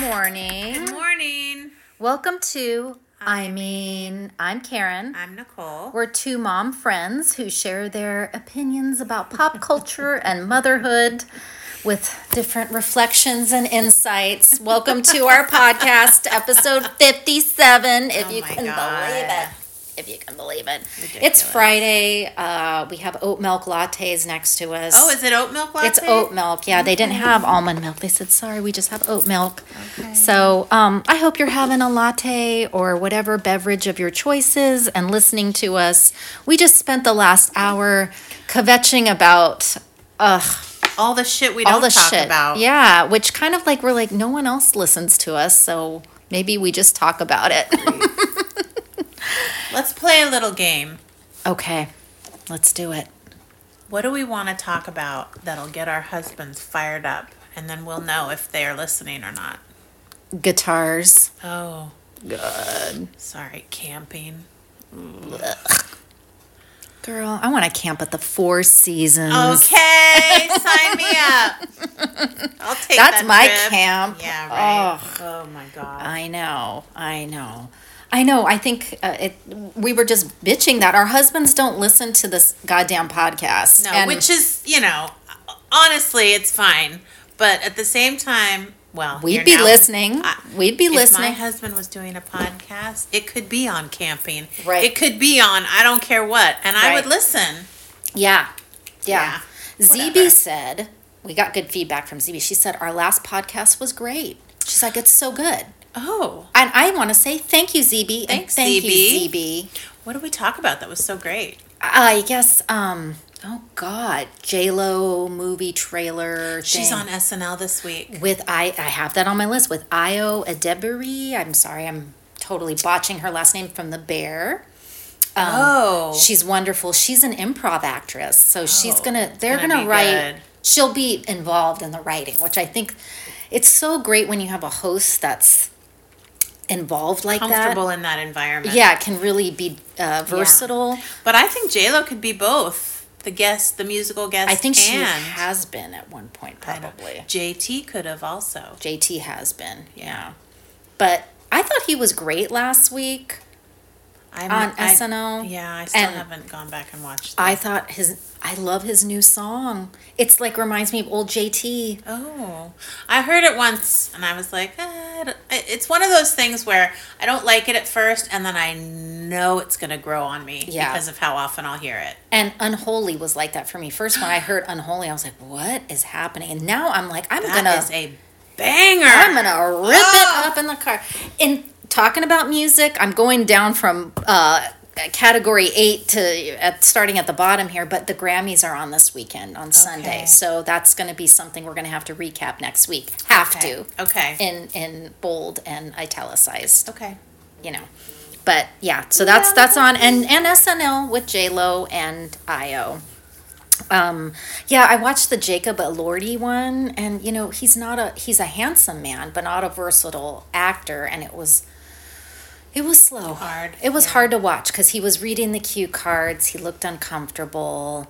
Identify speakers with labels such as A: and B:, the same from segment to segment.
A: morning.
B: Good morning.
A: Welcome to I mean, I'm Karen.
B: I'm Nicole.
A: We're two mom friends who share their opinions about pop culture and motherhood with different reflections and insights. Welcome to our podcast, episode 57, if
B: Oh
A: you
B: my
A: can
B: God.
A: believe it. If you can believe it. It's
B: Ridiculous.
A: Friday. Uh, we have oat milk lattes next to us.
B: Oh, is it oat milk latte?
A: It's oat milk. Yeah, they didn't have almond milk. They said, sorry, we just have oat milk. So um, I hope you're having a latte or whatever beverage of your choices and listening to us. We just spent the last hour kvetching about ugh,
B: All the shit we
A: all
B: don't
A: the
B: talk
A: shit.
B: about.
A: Yeah, which kind of like we're like, no one else listens to us. So maybe we just talk about it.
B: Let's play a little game.
A: okay, let's do it.
B: What do we want to talk about that'll get our husbands fired up? And then we'll know if they are listening or not.
A: Guitars.
B: Oh. Good. Sorry, camping.
A: Girl, I want to camp at the Four Seasons.
B: Okay, sign me up. I'll take
A: That's
B: that
A: my
B: trip.
A: camp.
B: Yeah, right. Oh my god.
A: I know. I know. I know. I think uh, it. We were just bitching that our husbands don't listen to this goddamn podcast.
B: No,
A: And-
B: which is, you know, honestly, it's fine. But at the same time, well,
A: We'd
B: you're
A: be
B: now-
A: listening. We'd be
B: if My
A: listening.
B: husband was doing a podcast. It could be on camping.
A: Right.
B: It could be on I don't care what, and I
A: Right.
B: would listen.
A: yeah, yeah.
B: Yeah,
A: ZB
B: whatever.
A: said we got good feedback from ZB. She said our last podcast was great. She's like, it's so good.
B: Oh,
A: And I want to say thank you, ZB.
B: Thanks,
A: and thank
B: ZB.
A: you, ZB.
B: what did we talk about? That was so great.
A: I guess. Um. Oh God, J Lo movie trailer.
B: She's
A: thing.
B: on SNL this week.
A: with I I have that on my list with Io Adebiri. I'm sorry, I'm totally botching her last name from The Bear. Um,
B: oh,
A: She's wonderful. She's an improv actress, so she's
B: Oh,
A: gonna. They're
B: gonna
A: gonna,
B: be
A: write.
B: good.
A: She'll be involved in the writing, which I think it's so great when you have a host that's involved like
B: comfortable
A: that.
B: in that environment.
A: Yeah, it can really be uh, versatile.
B: but I think J Lo could be both the guest, the musical guest.
A: I think she
B: and
A: has been at one point,
B: I don't-
A: probably.
B: JT could have also.
A: JT has been, yeah. But I thought he was great last week.
B: I'm,
A: On
B: I-
A: SNL,
B: Yeah, I still
A: and-
B: haven't gone back and watched.
A: I thought his I love his new song. It's like reminds me of old JT.
B: Oh, I heard it once and I was like, "Ah, I don't- I- it's one of those things where I don't like it at first and then I know it's going to grow on me
A: Yeah.
B: because of how often I'll hear it.
A: And Unholy was like that for me. First when I heard Unholy, I was like, "What is happening?" And now I'm like, "I'm
B: That
A: gonna,
B: is a banger.
A: I'm gonna rip
B: Oh!
A: it up in the car." In talking about music, I'm going down from uh, category eight to at, starting at the bottom here. But the Grammys are on this weekend on Sunday,
B: Okay.
A: so that's going to be something we're going to have to recap next week. Have
B: okay.
A: to
B: Okay.
A: in in bold and italicized.
B: okay.
A: you know. But yeah, so that's
B: Yeah.
A: that's on and and SNL with J Lo and Io. Um, yeah, I watched the Jacob Elordi one, and you know he's not a he's a handsome man, but not a versatile actor, and it was it was slow.
B: Hard,
A: It was hard to watch because he was reading the cue cards. He looked uncomfortable.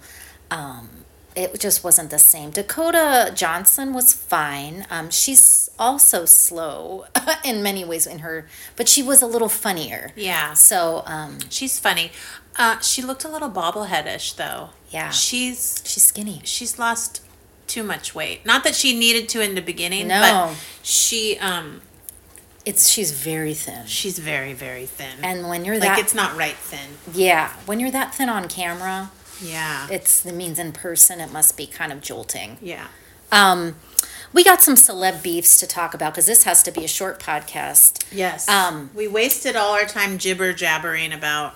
A: Um, it just wasn't the same. Dakota Johnson was fine. Um, she's also slow in many ways in her, but she was a little funnier.
B: Yeah.
A: So um,
B: She's funny. Uh, she looked a little bobbleheadish though.
A: Yeah.
B: She's
A: she's skinny.
B: she's lost too much weight. Not that she needed to in the beginning,
A: No.
B: but she um
A: It's she's very thin.
B: she's very very thin.
A: And when you're
B: like
A: that
B: it's not right thin.
A: yeah, when you're that thin on camera,
B: Yeah.
A: it's it means in person it must be kind of jolting.
B: yeah.
A: Um, we got some celeb beefs to talk about because this has to be a short podcast.
B: Yes.
A: Um,
B: we wasted all our time jibber jabbering about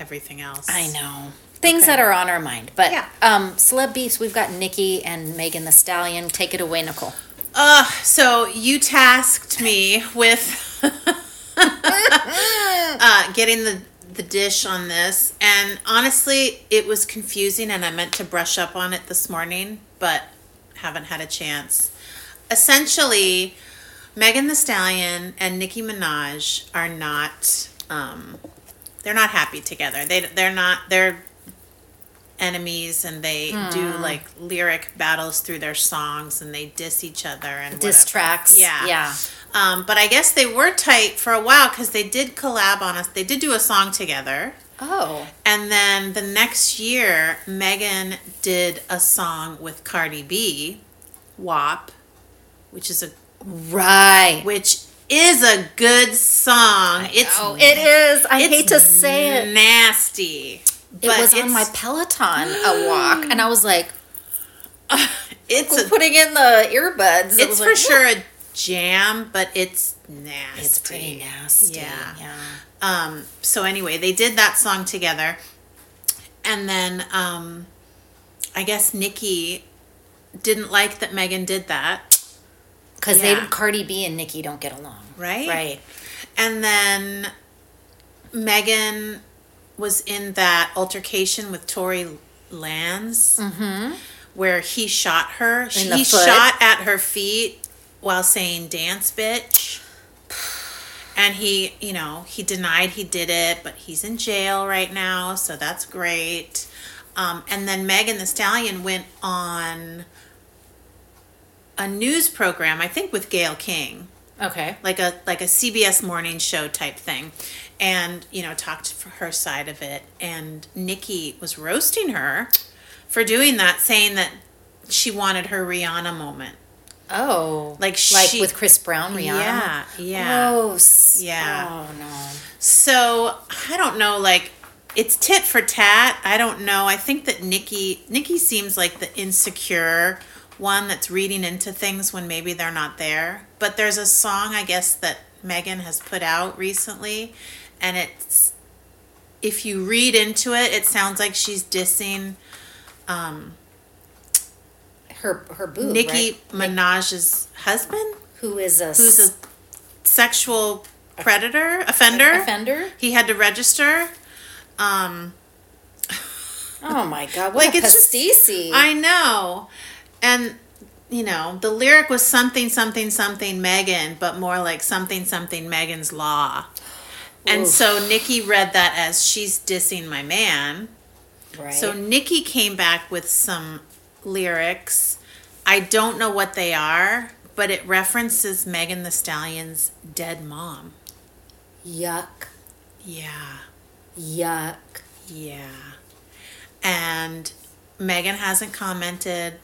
B: everything else.
A: I know. Things
B: Okay.
A: that are on our mind. But
B: Yeah.
A: um, celeb beefs, we've got Nikki and Megan the Stallion. Take it away, Nicole.
B: Uh, so you tasked me with uh, getting the the dish on this, and honestly, it was confusing, and I meant to brush up on it this morning, but haven't had a chance. Essentially, Megan the Stallion and Nicki Minaj are not um, they're not happy together. They they're not they're enemies and they do
A: Hmm.
B: like lyric battles through their songs and they diss each other and
A: Diss
B: whatever.
A: tracks,
B: Yeah.
A: yeah.
B: Um, but I guess they were tight for a while because they did collab on us. They did do a song together.
A: Oh.
B: And then the next year, Megan did a song with Cardi B, WAP, which is a
A: Right.
B: which is a good song. It's
A: Oh, it is. I
B: it's
A: hate to say it.
B: nasty.
A: It was on my Peloton a walk, and I was like,
B: it's a,
A: putting in the earbuds. It was
B: it's for
A: like,
B: sure a jam, but it's nasty.
A: It's pretty nasty.
B: Yeah.
A: yeah.
B: Um, so anyway, they did that song together, and then um, I guess Nikki didn't like that Megan did that,
A: Because
B: Yeah.
A: they Cardi B and Nicki don't get along.
B: right?
A: Right.
B: And then Megan was in that altercation with Tori Lands, where he shot her.
A: Mm-hmm. the
B: he
A: foot.
B: shot at her feet while saying "dance, bitch." And he, you know, he denied he did it, but he's in jail right now, so that's great. Um, and then Megan the Stallion went on a news program, I think with Gail King
A: Okay.
B: like a like a CBS morning show type thing, and you know talked for her side of it. And Nikki was roasting her for doing that, saying that she wanted her Rihanna moment.
A: Oh.
B: Like
A: like
B: she-
A: with Chris Brown, Rihanna.
B: Yeah, yeah.
A: Gross.
B: Yeah.
A: Oh no.
B: So I don't know, like. It's tit for tat. I don't know. I think that Nikki Nikki seems like the insecure one that's reading into things when maybe they're not there. But there's a song I guess that Megan has put out recently and it's if you read into it, it sounds like she's dissing
A: Her her boo.
B: Nicki
A: right?
B: Minaj's husband,
A: who is a
B: who's a sexual predator offender.
A: offender.
B: He had to register. Um,
A: Oh my god. What
B: Like,
A: a
B: it's just-
A: pastici.
B: I know, and you know the lyric was something something something Megan, but more like something something Megan's Law. And
A: Oof.
B: so Nikki read that as she's dissing my man.
A: right.
B: So Nikki came back with some lyrics. I don't know what they are, but it references Megan the Stallion's dead mom.
A: yuck.
B: Yeah.
A: Yuck.
B: Yeah. And Megan hasn't commented.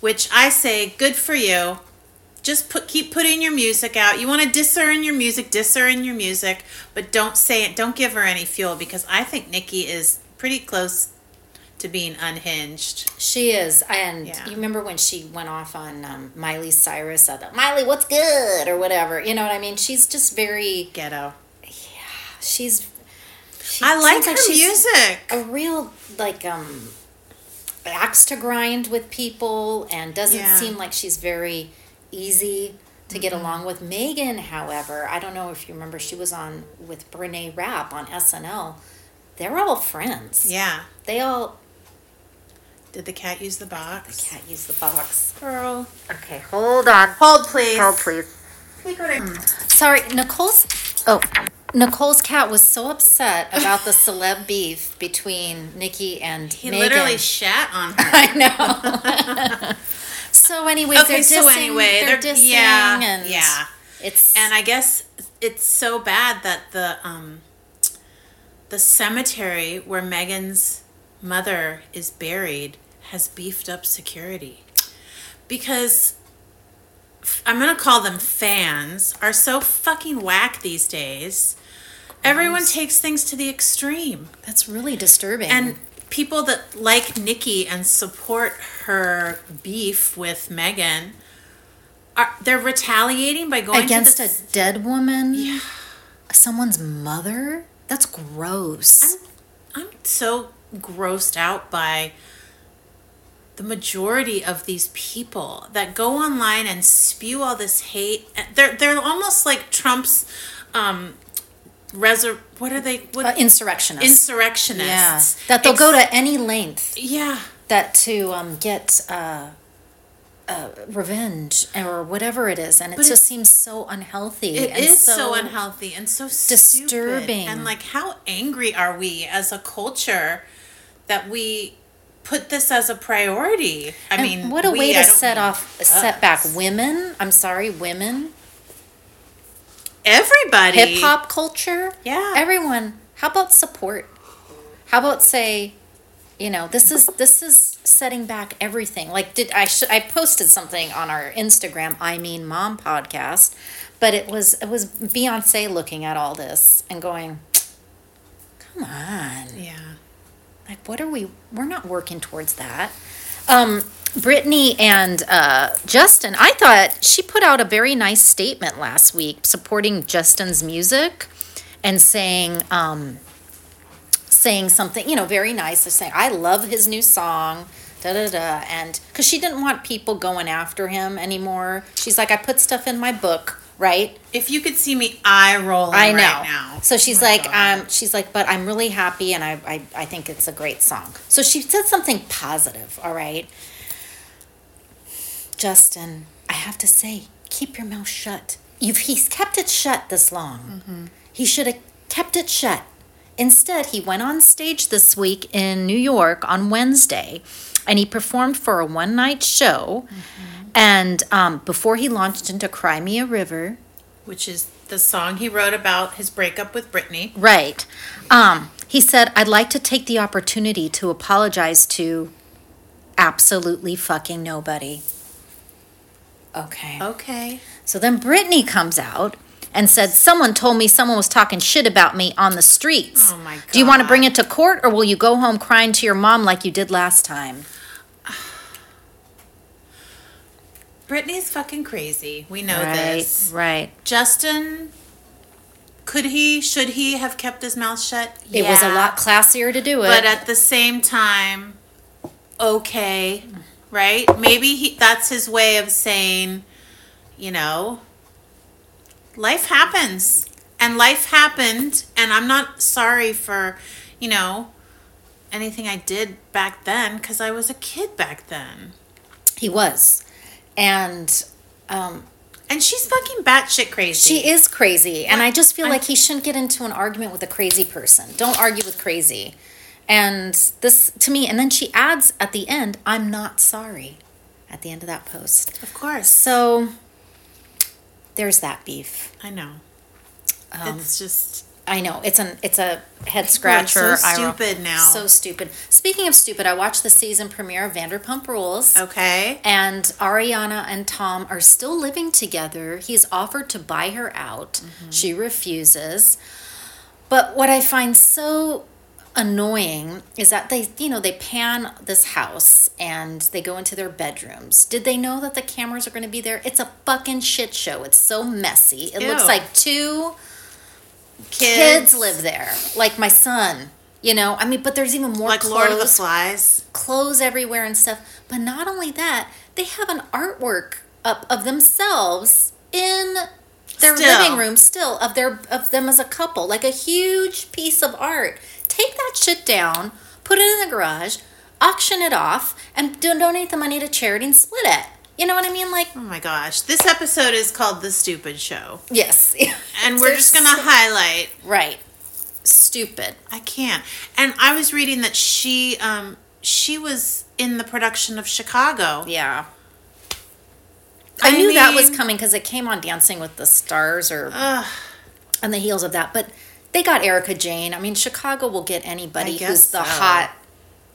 B: Which I say, good for you. Just put keep putting your music out. You want to diss her in your music, diss her in your music, but don't say it. Don't give her any fuel because I think Nikki is pretty close to being unhinged.
A: She is. And
B: Yeah.
A: you remember when she went off on um, Miley Cyrus? I thought, Miley, what's good? Or whatever. You know what I mean? She's just very.
B: Ghetto.
A: She's. she
B: I like
A: seems
B: her
A: she's
B: music.
A: A real, like, um, axe to grind with people and doesn't
B: Yeah. Mm-hmm.
A: seem like she's very easy to get along with. Megan, however, I don't know if you remember, she was on with Brene Rapp on SNL. They're all friends.
B: Yeah.
A: They all.
B: Did the cat use the box?
A: Can't use the box.
B: Girl.
A: Okay, hold on.
B: Hold please.
A: please.
B: We go to-
A: Sorry, Nicole's. Oh, Nicole's cat was so upset about the celeb beef between Nikki and
B: He
A: Megan.
B: literally shat on her.
A: I know. so anyway,
B: Okay,
A: they're dissing.
B: so anyway,
A: they're,
B: they're-
A: dissing,
B: yeah,
A: and
B: yeah.
A: it's
B: And I guess it's so bad that the um the cemetery where Megan's mother is buried has beefed up security. Because f- I'm going to call them fans are so fucking whack these days. Everyone takes things to the extreme.
A: that's really disturbing.
B: And people that like Nikki and support her beef with Megan are they're retaliating by going
A: against
B: to
A: a
B: the,
A: dead woman, someone's mother. That's gross.
B: I'm so grossed out by the majority of these people that go online and spew all this hate. They're they're almost like Trump's um resur- what are they what
A: Uh, insurrectionists. yeah,
B: insurrectionists.
A: that they'll
B: Ex-
A: go to any length
B: Yeah.
A: that to um, get uh, uh, revenge or whatever it is, and it
B: But
A: just
B: it-
A: seems so unhealthy.
B: It
A: and
B: is so, unhealthy and so stupid.
A: disturbing.
B: And like, how angry are we as a culture that we put this as a priority. I
A: And
B: mean,
A: what a
B: we,
A: way
B: I
A: to
B: don't
A: set
B: mean
A: off,
B: us.
A: set back women. I'm sorry, women.
B: everybody.
A: Hip hop culture.
B: Yeah.
A: Everyone. How about support? How about say, you know, this is this is setting back everything. Like did I should I posted something on our Instagram, I mean mom podcast, but it was it was Beyonce looking at all this and going, Come on
B: Yeah.
A: like what are we we're not working towards that um brittany and uh justin i thought she put out a very nice statement last week supporting justin's music and saying um saying something you know very nice of saying i love his new song da da da and because she didn't want people going after him anymore she's like i put stuff in my book right
B: If you could see me eye rolling
A: I know.
B: right now.
A: So she's
B: Oh my
A: like,
B: God.
A: um, she's like, but I'm really happy and I, I, I think it's a great song. So she said something positive, all right? Justin, I have to say, keep your mouth shut. You've, he's kept it shut this long.
B: Mm-hmm.
A: He should have kept it shut. Instead, he went on stage this week in New York on Wednesday and he performed for a one night show.
B: Mm-hmm.
A: And um, before he launched into Cry Me a River,
B: which is the song he wrote about his breakup with Britney.
A: Right. Um, he said, I'd like to take the opportunity to apologize to absolutely fucking nobody. Okay.
B: Okay.
A: So then Brittany comes out and said, Someone told me someone was talking shit about me on the streets.
B: Oh my
A: Do you want to
B: God.
A: bring it to court or will you go home crying to your mom like you did last time?
B: Britney's fucking crazy. We know
A: right.
B: this.
A: Right.
B: Justin, could he, should he have kept his mouth shut?
A: It was a
B: Yeah.
A: lot classier to do it.
B: But uh, at the same time, okay, right? Maybe he, that's his way of saying, you know, life happens. And life happened. And I'm not sorry for, you know, anything I did back then because I was a kid back then.
A: he was. And um,
B: And she's fucking batshit crazy.
A: She is crazy, and I just feel
B: I-
A: like he shouldn't get into an argument with a crazy person. Don't argue with crazy. And this to me, and then she adds at the end, "I'm not sorry." At the end of that post,
B: Of course.
A: so there's that beef.
B: I know.
A: Um,
B: it's just.
A: I know it's an it's a head scratcher.
B: We're so
A: eye roll.
B: stupid now.
A: So stupid. Speaking of stupid, I watched the season premiere of Vanderpump Rules.
B: Okay.
A: And Ariana and Tom are still living together. He's offered to buy her out.
B: Mm-hmm.
A: She refuses. But what I find so annoying is that they, you know, they pan this house and they go into their bedrooms. Did they know that the cameras are going to be there? It's a fucking shit show. It's so messy. It looks
B: Ew.
A: like two
B: Kids.
A: kids live there, like my son. You know, I mean, but there's even more
B: Like
A: clothes
B: Lord of the Flies.
A: clothes everywhere and stuff. But not only that, they have an artwork up of themselves in their
B: Still.
A: living room still of their of them as a couple, like a huge piece of art. Take that shit down, put it in the garage, auction it off, and do- donate the money to charity and split it. You know what I mean? Like
B: Oh my gosh. This episode is called The Stupid Show.
A: yes,
B: And we're just going to highlight.
A: right. Stupid.
B: I can't. And I was reading that she um she was in the production of Chicago.
A: Yeah. I,
B: I
A: knew that was
B: mean-
A: coming because it came on Dancing with the Stars or
B: Ugh.
A: on the heels of that. But they got Erica Jane. I mean, Chicago will get anybody
B: I guess
A: who's the
B: so.
A: hot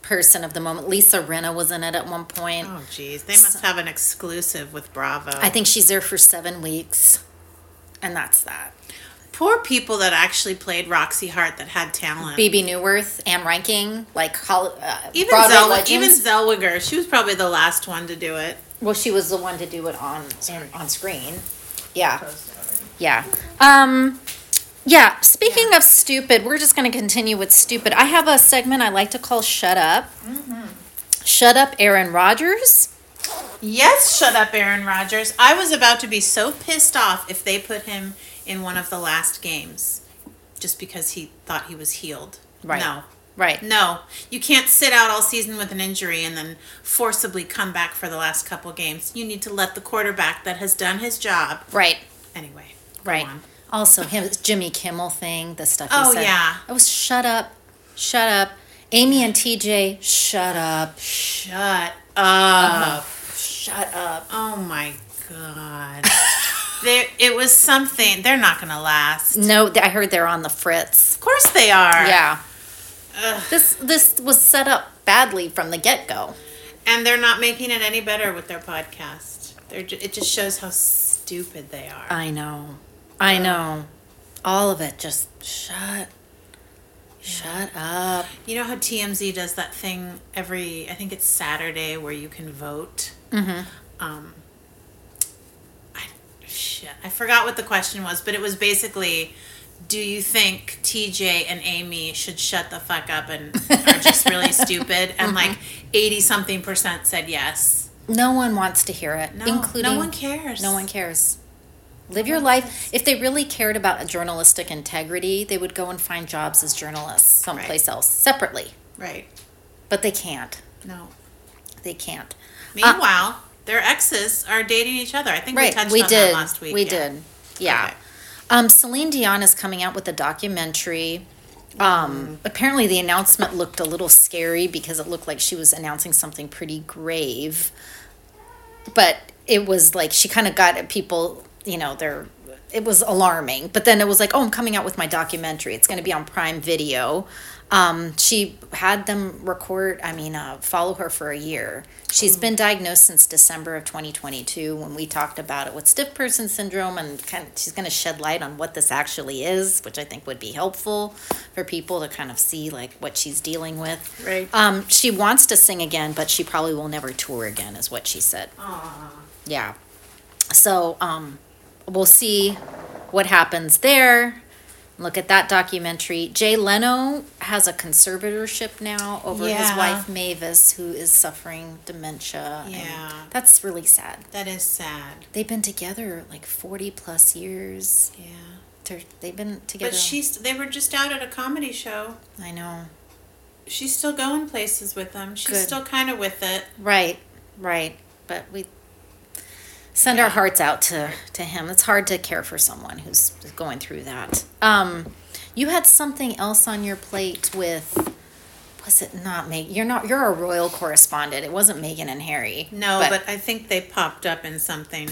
A: person of the moment. Lisa Rinna was in it at one point.
B: Oh geez. They must have an exclusive with Bravo.
A: I think she's there for seven weeks, and that's that.
B: Poor people that actually played Roxy Hart that had talent.
A: BB Newworth, Anne Ranking, like Hol- uh,
B: even
A: Broadway
B: Zell-
A: legends.
B: even Zellweger, she was probably the last one to do it.
A: well, she was the one to do it on on screen. Yeah. Yeah. Um, yeah. Speaking of stupid, we're just going to continue with stupid. I have a segment I like to call "Shut Up."
B: Mm-hmm.
A: Shut up, Aaron Rodgers.
B: Yes, shut up, Aaron Rodgers. I was about to be so pissed off if they put him in one of the last games just because he thought he was healed.
A: Right.
B: No.
A: Right.
B: No. You can't sit out all season with an injury and then forcibly come back for the last couple games. You need to let the quarterback that has done his job
A: Right.
B: anyway. go
A: Right.
B: on.
A: Also, him Jimmy Kimmel thing, the stuff. He
B: Oh,
A: said.
B: yeah.
A: It was shut up, shut up. Amy and TJ, shut up.
B: Shut up.
A: Shut up.
B: Oh my god. there it was something. They're not going to last.
A: No, th- I heard they're on the fritz.
B: Of course they are.
A: Yeah.
B: Ugh.
A: This this was set up badly from the get-go.
B: And they're not making it any better with their podcast. They're ju- it just shows how stupid they are.
A: I know. I know. All of it just shut shut up.
B: You know how TMZ does that thing every, I think it's Saturday, where you can vote?
A: Mm-hmm.
B: Um, I, shit, I forgot what the question was, but it was basically do you think TJ and Amy should shut the fuck up and are just really stupid?
A: Mm-hmm.
B: And like 80 something percent said yes.
A: No one wants to hear it,
B: No,
A: including
B: no one cares.
A: No one cares. Live your life. If they really cared about journalistic integrity, they would go and find jobs as journalists someplace else separately.
B: Right.
A: But they can't.
B: No.
A: They can't.
B: Meanwhile, their exes are dating each other. I think Uh, we
A: Right.
B: touched
A: We,
B: on
A: did.
B: that last week.
A: We
B: yeah.
A: did. Yeah.
B: Okay.
A: Um, Celine Dion is coming out with a documentary.
B: Mm-hmm.
A: Um, apparently the announcement looked a little scary because it looked like she was announcing something pretty grave. But it was like she kind of got at people, you know, they're it was alarming. But then it was like, oh, I'm coming out with my documentary. It's going to be on Prime Video. Um, she had them record, I mean, uh, follow her for a year. She's been diagnosed since December of 2022 when we talked about it with stiff person syndrome, and kind of, she's going to shed light on what this actually is, which I think would be helpful for people to kind of see like what she's dealing with.
B: Right.
A: Um, she wants to sing again, but she probably will never tour again, is what she said. Yeah. So um, we'll see what happens there. Look at that documentary. Jay Leno has a conservatorship now over his
B: Yeah.
A: wife Mavis, who is suffering dementia. and
B: Yeah.
A: that's really sad.
B: That is sad.
A: They've been together like 40 plus years.
B: Yeah.
A: They're, they've been together.
B: But she's they were just out at a comedy show.
A: I know.
B: She's still going places with them. She's
A: Good.
B: still kind of with it.
A: Right, right. But we send our hearts out to, to him. It's hard to care for someone who's going through that. Um, you had something else on your plate with was it not Meg? You're not. You're a royal correspondent. It wasn't Megan and Harry.
B: No, but, I think they popped up in something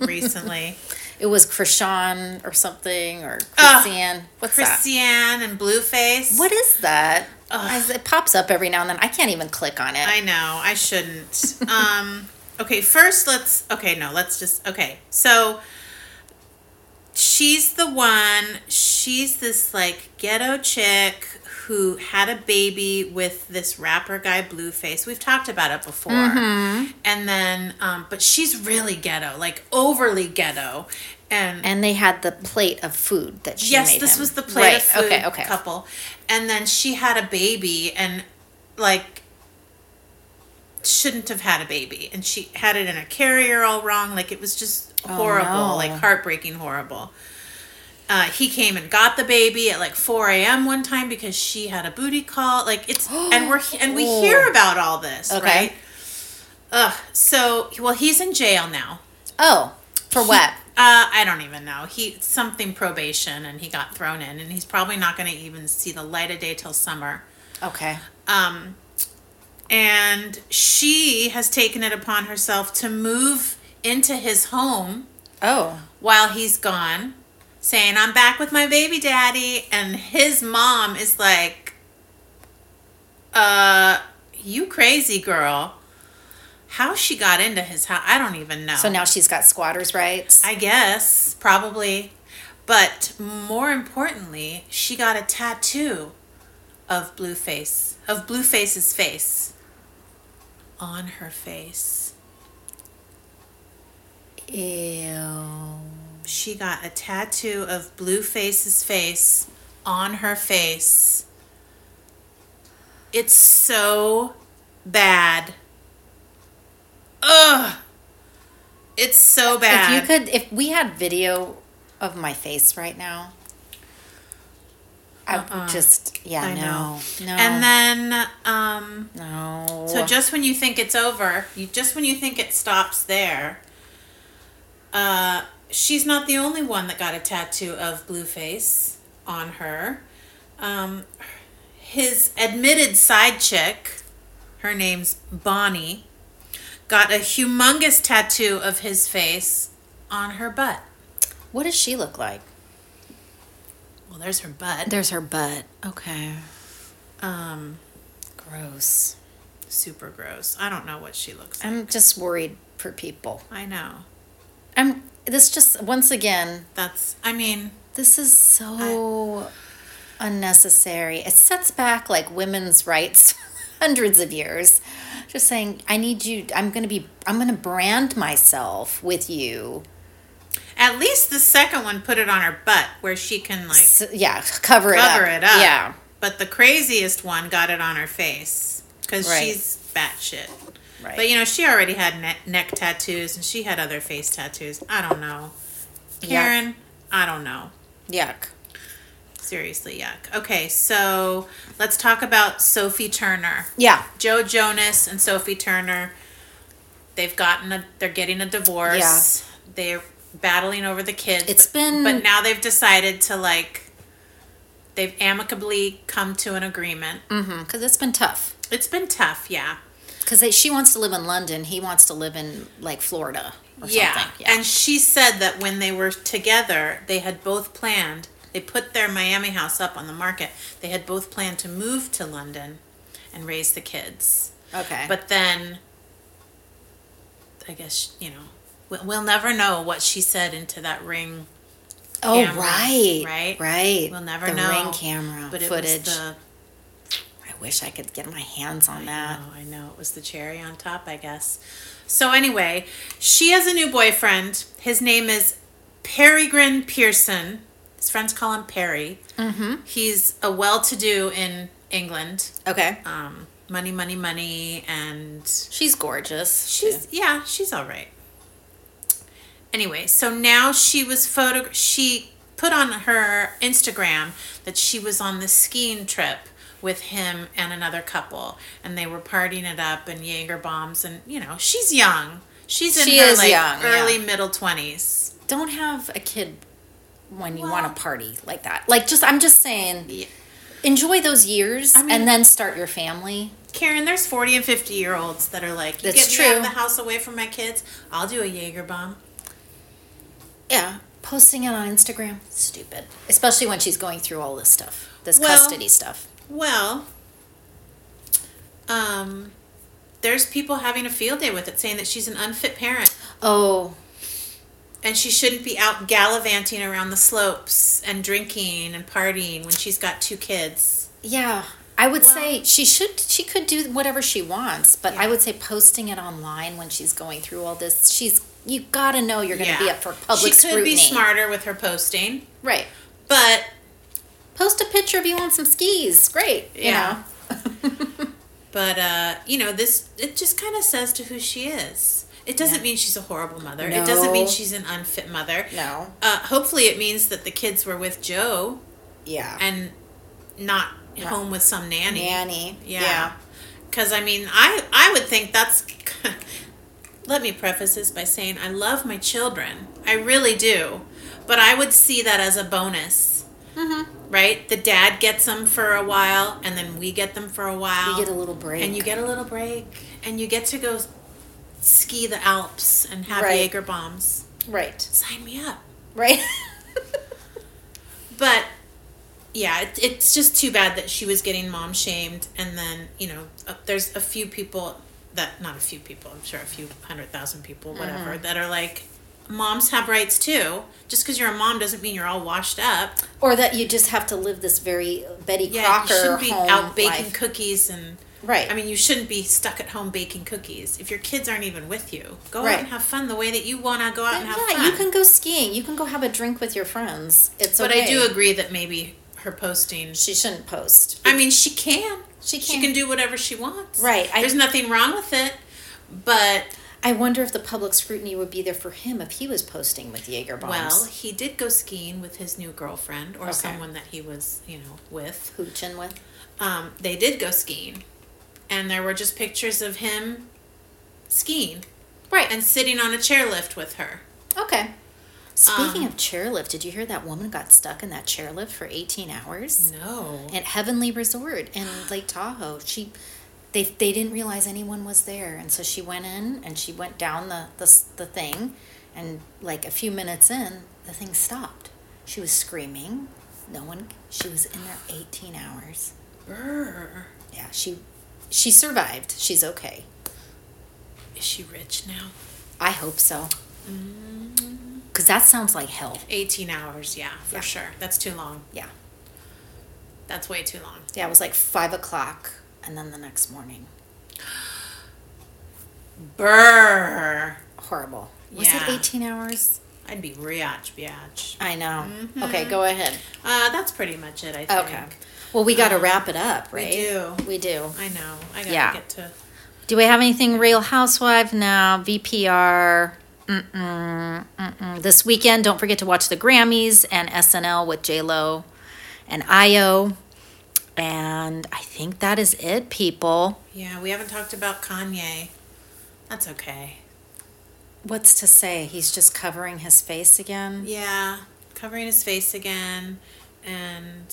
B: recently.
A: it was Krishan or something or
B: Ah,
A: Christian. What's that?
B: Christiane and Blueface.
A: What is that? As it pops up every now and then. I can't even click on it.
B: I know, I shouldn't. um okay, first let's okay, no, let's just okay. So she's the one, she's this like ghetto chick who had a baby with this rapper guy Blueface. We've talked about it before. And then um but she's really ghetto, like overly ghetto. And
A: and they had the plate of food that she
B: yes,
A: made
B: this
A: him.
B: was the plate
A: right.
B: of food
A: Okay, okay.
B: couple, and then she had a baby and like shouldn't have had a baby, and she had it in her carrier all wrong. Like it was just horrible,
A: Oh, no.
B: like heartbreaking, horrible. Uh, he came and got the baby at like 4 a.m. one time because she had a booty call. Like it's and we're and we
A: Oh.
B: hear about all this,
A: Okay.
B: right? Ugh. So well, he's in jail now.
A: Oh, for what?
B: Uh, I don't even know. He something probation, and he got thrown in, and he's probably not going to even see the light of day till summer.
A: Okay.
B: Um, and she has taken it upon herself to move into his home
A: Oh.
B: while he's gone, saying, "I'm back with my baby daddy," and his mom is like, "Uh, you crazy girl." How she got into his house, I don't even know.
A: So now she's got squatters' rights.
B: I guess, probably. But more importantly, she got a tattoo of Blueface, of Blueface's face on her face.
A: Ew.
B: She got a tattoo of Blueface's face on her face. It's so bad. Ugh. It's so bad.
A: If you could, if we had video of my face right now, I would just yeah
B: I
A: no
B: know.
A: no
B: And then um
A: no.
B: So just when you think it's over, you just when you think it stops there, uh, she's not the only one that got a tattoo of Blueface on her. Um, his admitted side chick, her name's Bonnie, got a humongous tattoo of his face on her butt.
A: What does she look like?
B: Well, there's her butt.
A: There's her butt. Okay.
B: Um,
A: Gross.
B: super gross. I don't know what she looks like.
A: I'm just worried for people.
B: I know.
A: I'm this just once again,
B: That's. I mean,
A: this is so unnecessary. It sets back like women's rights hundreds of years. Just saying, I need you I'm going to be I'm going to brand myself with you.
B: at least the second one put it on her butt where she can like
A: So, yeah, cover it up.
B: cover it up.
A: Yeah.
B: But the craziest one got it on her face because
A: Right.
B: she's batshit.
A: Right.
B: But you know, she already had neck, neck tattoos and she had other face tattoos. I don't know. Karen, I don't know.
A: Yuck.
B: Seriously, yuck. Okay, so let's talk about Sophie Turner.
A: Yeah.
B: Joe Jonas and Sophie Turner. They've gotten a. They're getting a divorce. They're battling over the kids.
A: It's been-
B: But now they've decided to like. They've amicably come to an agreement.
A: Mhm. Cuz it's been tough.
B: It's been tough, yeah.
A: Cuz she wants to live in London, he wants to live in like Florida or
B: yeah.
A: something.
B: And she said that when they were together, they had both planned. They put their Miami house up on the market. They had both planned to move to London and raise the kids.
A: okay.
B: But then, I guess, you know, we- we'll never know what she said into that ring.
A: Oh
B: camera,
A: right,
B: right?
A: right.
B: We'll never
A: the
B: know.
A: ring camera
B: But it
A: Oh, footage.
B: was the.
A: I wish I could get my hands on that.
B: Oh, I know. It was the cherry on top, I guess. So, anyway, she has a new boyfriend. His name is Peregrine Pearson. His friends call him Perry. Mm-hmm. He's a well to do in England.
A: Okay,
B: Um, money, money, money, and
A: she's gorgeous.
B: She's yeah, she's all right. Anyway, so now she was photo she put on her Instagram that she was on the skiing trip with him and another couple and they were partying it up and Jaeger bombs and you know, she's young. She's in
A: She
B: her
A: is
B: like
A: young, yeah.
B: early middle 20s.
A: Don't have a kid when you
B: Well-
A: want to party like that. Like just, I'm just saying,
B: Yeah.
A: enjoy those years
B: I mean-
A: and then start your family.
B: Karen, there's 40 and 50 year olds that are like, you
A: That's
B: get me out
A: true.
B: of the house away from my kids, I'll do a Jaeger bomb.
A: Yeah, posting it on Instagram, stupid. Especially when she's going through all this stuff, this
B: Well-
A: custody stuff.
B: Well, um, there's people having a field day with it, saying that she's an unfit parent
A: Oh,
B: and she shouldn't be out gallivanting around the slopes and drinking and partying when she's got two kids.
A: Yeah, I would
B: Well-
A: say she should. She could do whatever she wants, but I
B: Yeah.
A: would say posting it online when she's going through all this, she's you gotta know you're gonna be up for
B: She
A: public
B: could
A: scrutiny.
B: be smarter with her posting,
A: right?
B: but
A: Post a picture of you on some skis. Great, you
B: Yeah.
A: know.
B: but uh, you know this. It just kind of says to who she is. It doesn't mean she's a horrible mother. It doesn't mean
A: No.
B: she's an unfit mother.
A: No.
B: Uh, hopefully, it means that the kids were with Joe
A: Yeah.
B: and not home with some nanny.
A: Nanny.
B: Yeah. Cuz I mean, I I would think that's Let me preface this by saying I love my children. I really do. But I would see that as a bonus. Mm-hmm. Right? The dad gets them for a while and then we get them for a while.
A: You get a little break.
B: and you get a little break and you get to go ski the Alps and have
A: Right.
B: Jaeger bombs.
A: right,
B: Sign me up.
A: right.
B: But yeah, it, it's just too bad that she was getting mom shamed, and then you know, uh, there's a few people that not a few people, I'm sure a few hundred thousand people,
A: Mm-hmm.
B: whatever, that are like, moms have rights too. Just because you're a mom doesn't mean you're all washed up.
A: or that you just have to live this very Betty
B: Yeah,
A: Crocker
B: you shouldn't be
A: home
B: out baking
A: life.
B: cookies and.
A: Right.
B: I mean, you shouldn't be stuck at home baking cookies if your kids aren't even with you. Go
A: Right.
B: out and have fun the way that you want to go out and have
A: yeah,
B: fun.
A: you can go skiing. You can go have a drink with your friends. It's
B: but
A: okay.
B: I do agree that maybe her posting.
A: She shouldn't post.
B: I mean, she can.
A: She
B: She can do whatever she wants.
A: Right, I-
B: There's nothing wrong with it. But
A: I wonder if the public scrutiny would be there for him if he was posting with Jaeger bombs.
B: well, he did go skiing with his new girlfriend or
A: Okay.
B: someone that he was, you know, with.
A: Hoochin' with.
B: Um, they did go skiing, and there were just pictures of him skiing
A: Right.
B: and sitting on a chairlift with her.
A: okay. Speaking
B: Um,
A: of chairlift, did you hear that woman got stuck in that chairlift for 18 hours?
B: No.
A: At Heavenly Resort in Lake Tahoe. She they they didn't realize anyone was there, and so she went in and she went down the the, s- the thing and like a few minutes in, the thing stopped. She was screaming. No one she was in there 18 hours.
B: Brr.
A: Yeah, she she survived. She's okay.
B: Is she rich now?
A: I hope so. Cuz that sounds like hell.
B: 18 hours, yeah, for
A: Yeah.
B: sure. That's too long.
A: Yeah.
B: That's way too long.
A: Yeah, it was like five o'clock, and then the next morning,
B: Brr.
A: horrible. Was
B: Yeah.
A: it eighteen hours?
B: I'd be riach, biatch.
A: I know. Okay, go ahead.
B: Uh, that's pretty much it, I think.
A: Okay. Well, we got to wrap it up, right?
B: do.
A: We do.
B: I know. I gotta
A: Yeah.
B: get to.
A: Do we have anything Real Housewife now? VPR. Mm-mm, mm-mm. This weekend, don't forget to watch the Grammys and SNL with J Lo and Io. And I think that is it, people.
B: Yeah, we haven't talked about Kanye. That's okay.
A: What's to say? He's just covering his face again.
B: Yeah, covering his face again, and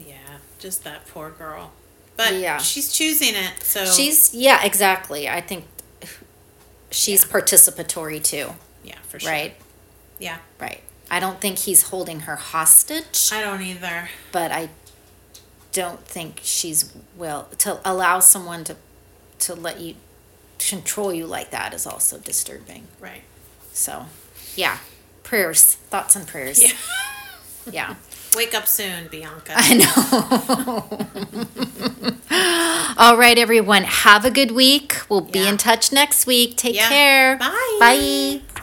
B: yeah, just that poor girl. But
A: Yeah.
B: she's choosing it, so
A: She's yeah, exactly. I think she's participatory too,
B: yeah, for sure.
A: right?
B: Yeah,
A: Right. I don't think he's holding her hostage,
B: I don't either.
A: but I don't think she's will to allow someone to to let you control you like that is also disturbing.
B: Right.
A: So, yeah. Prayers, thoughts and prayers.
B: Yeah.
A: yeah.
B: Wake up soon, Bianca.
A: I know. All right, everyone. Have a good week. We'll be
B: Yeah.
A: in touch next week. Take
B: Yeah.
A: care.
B: Bye.
A: Bye.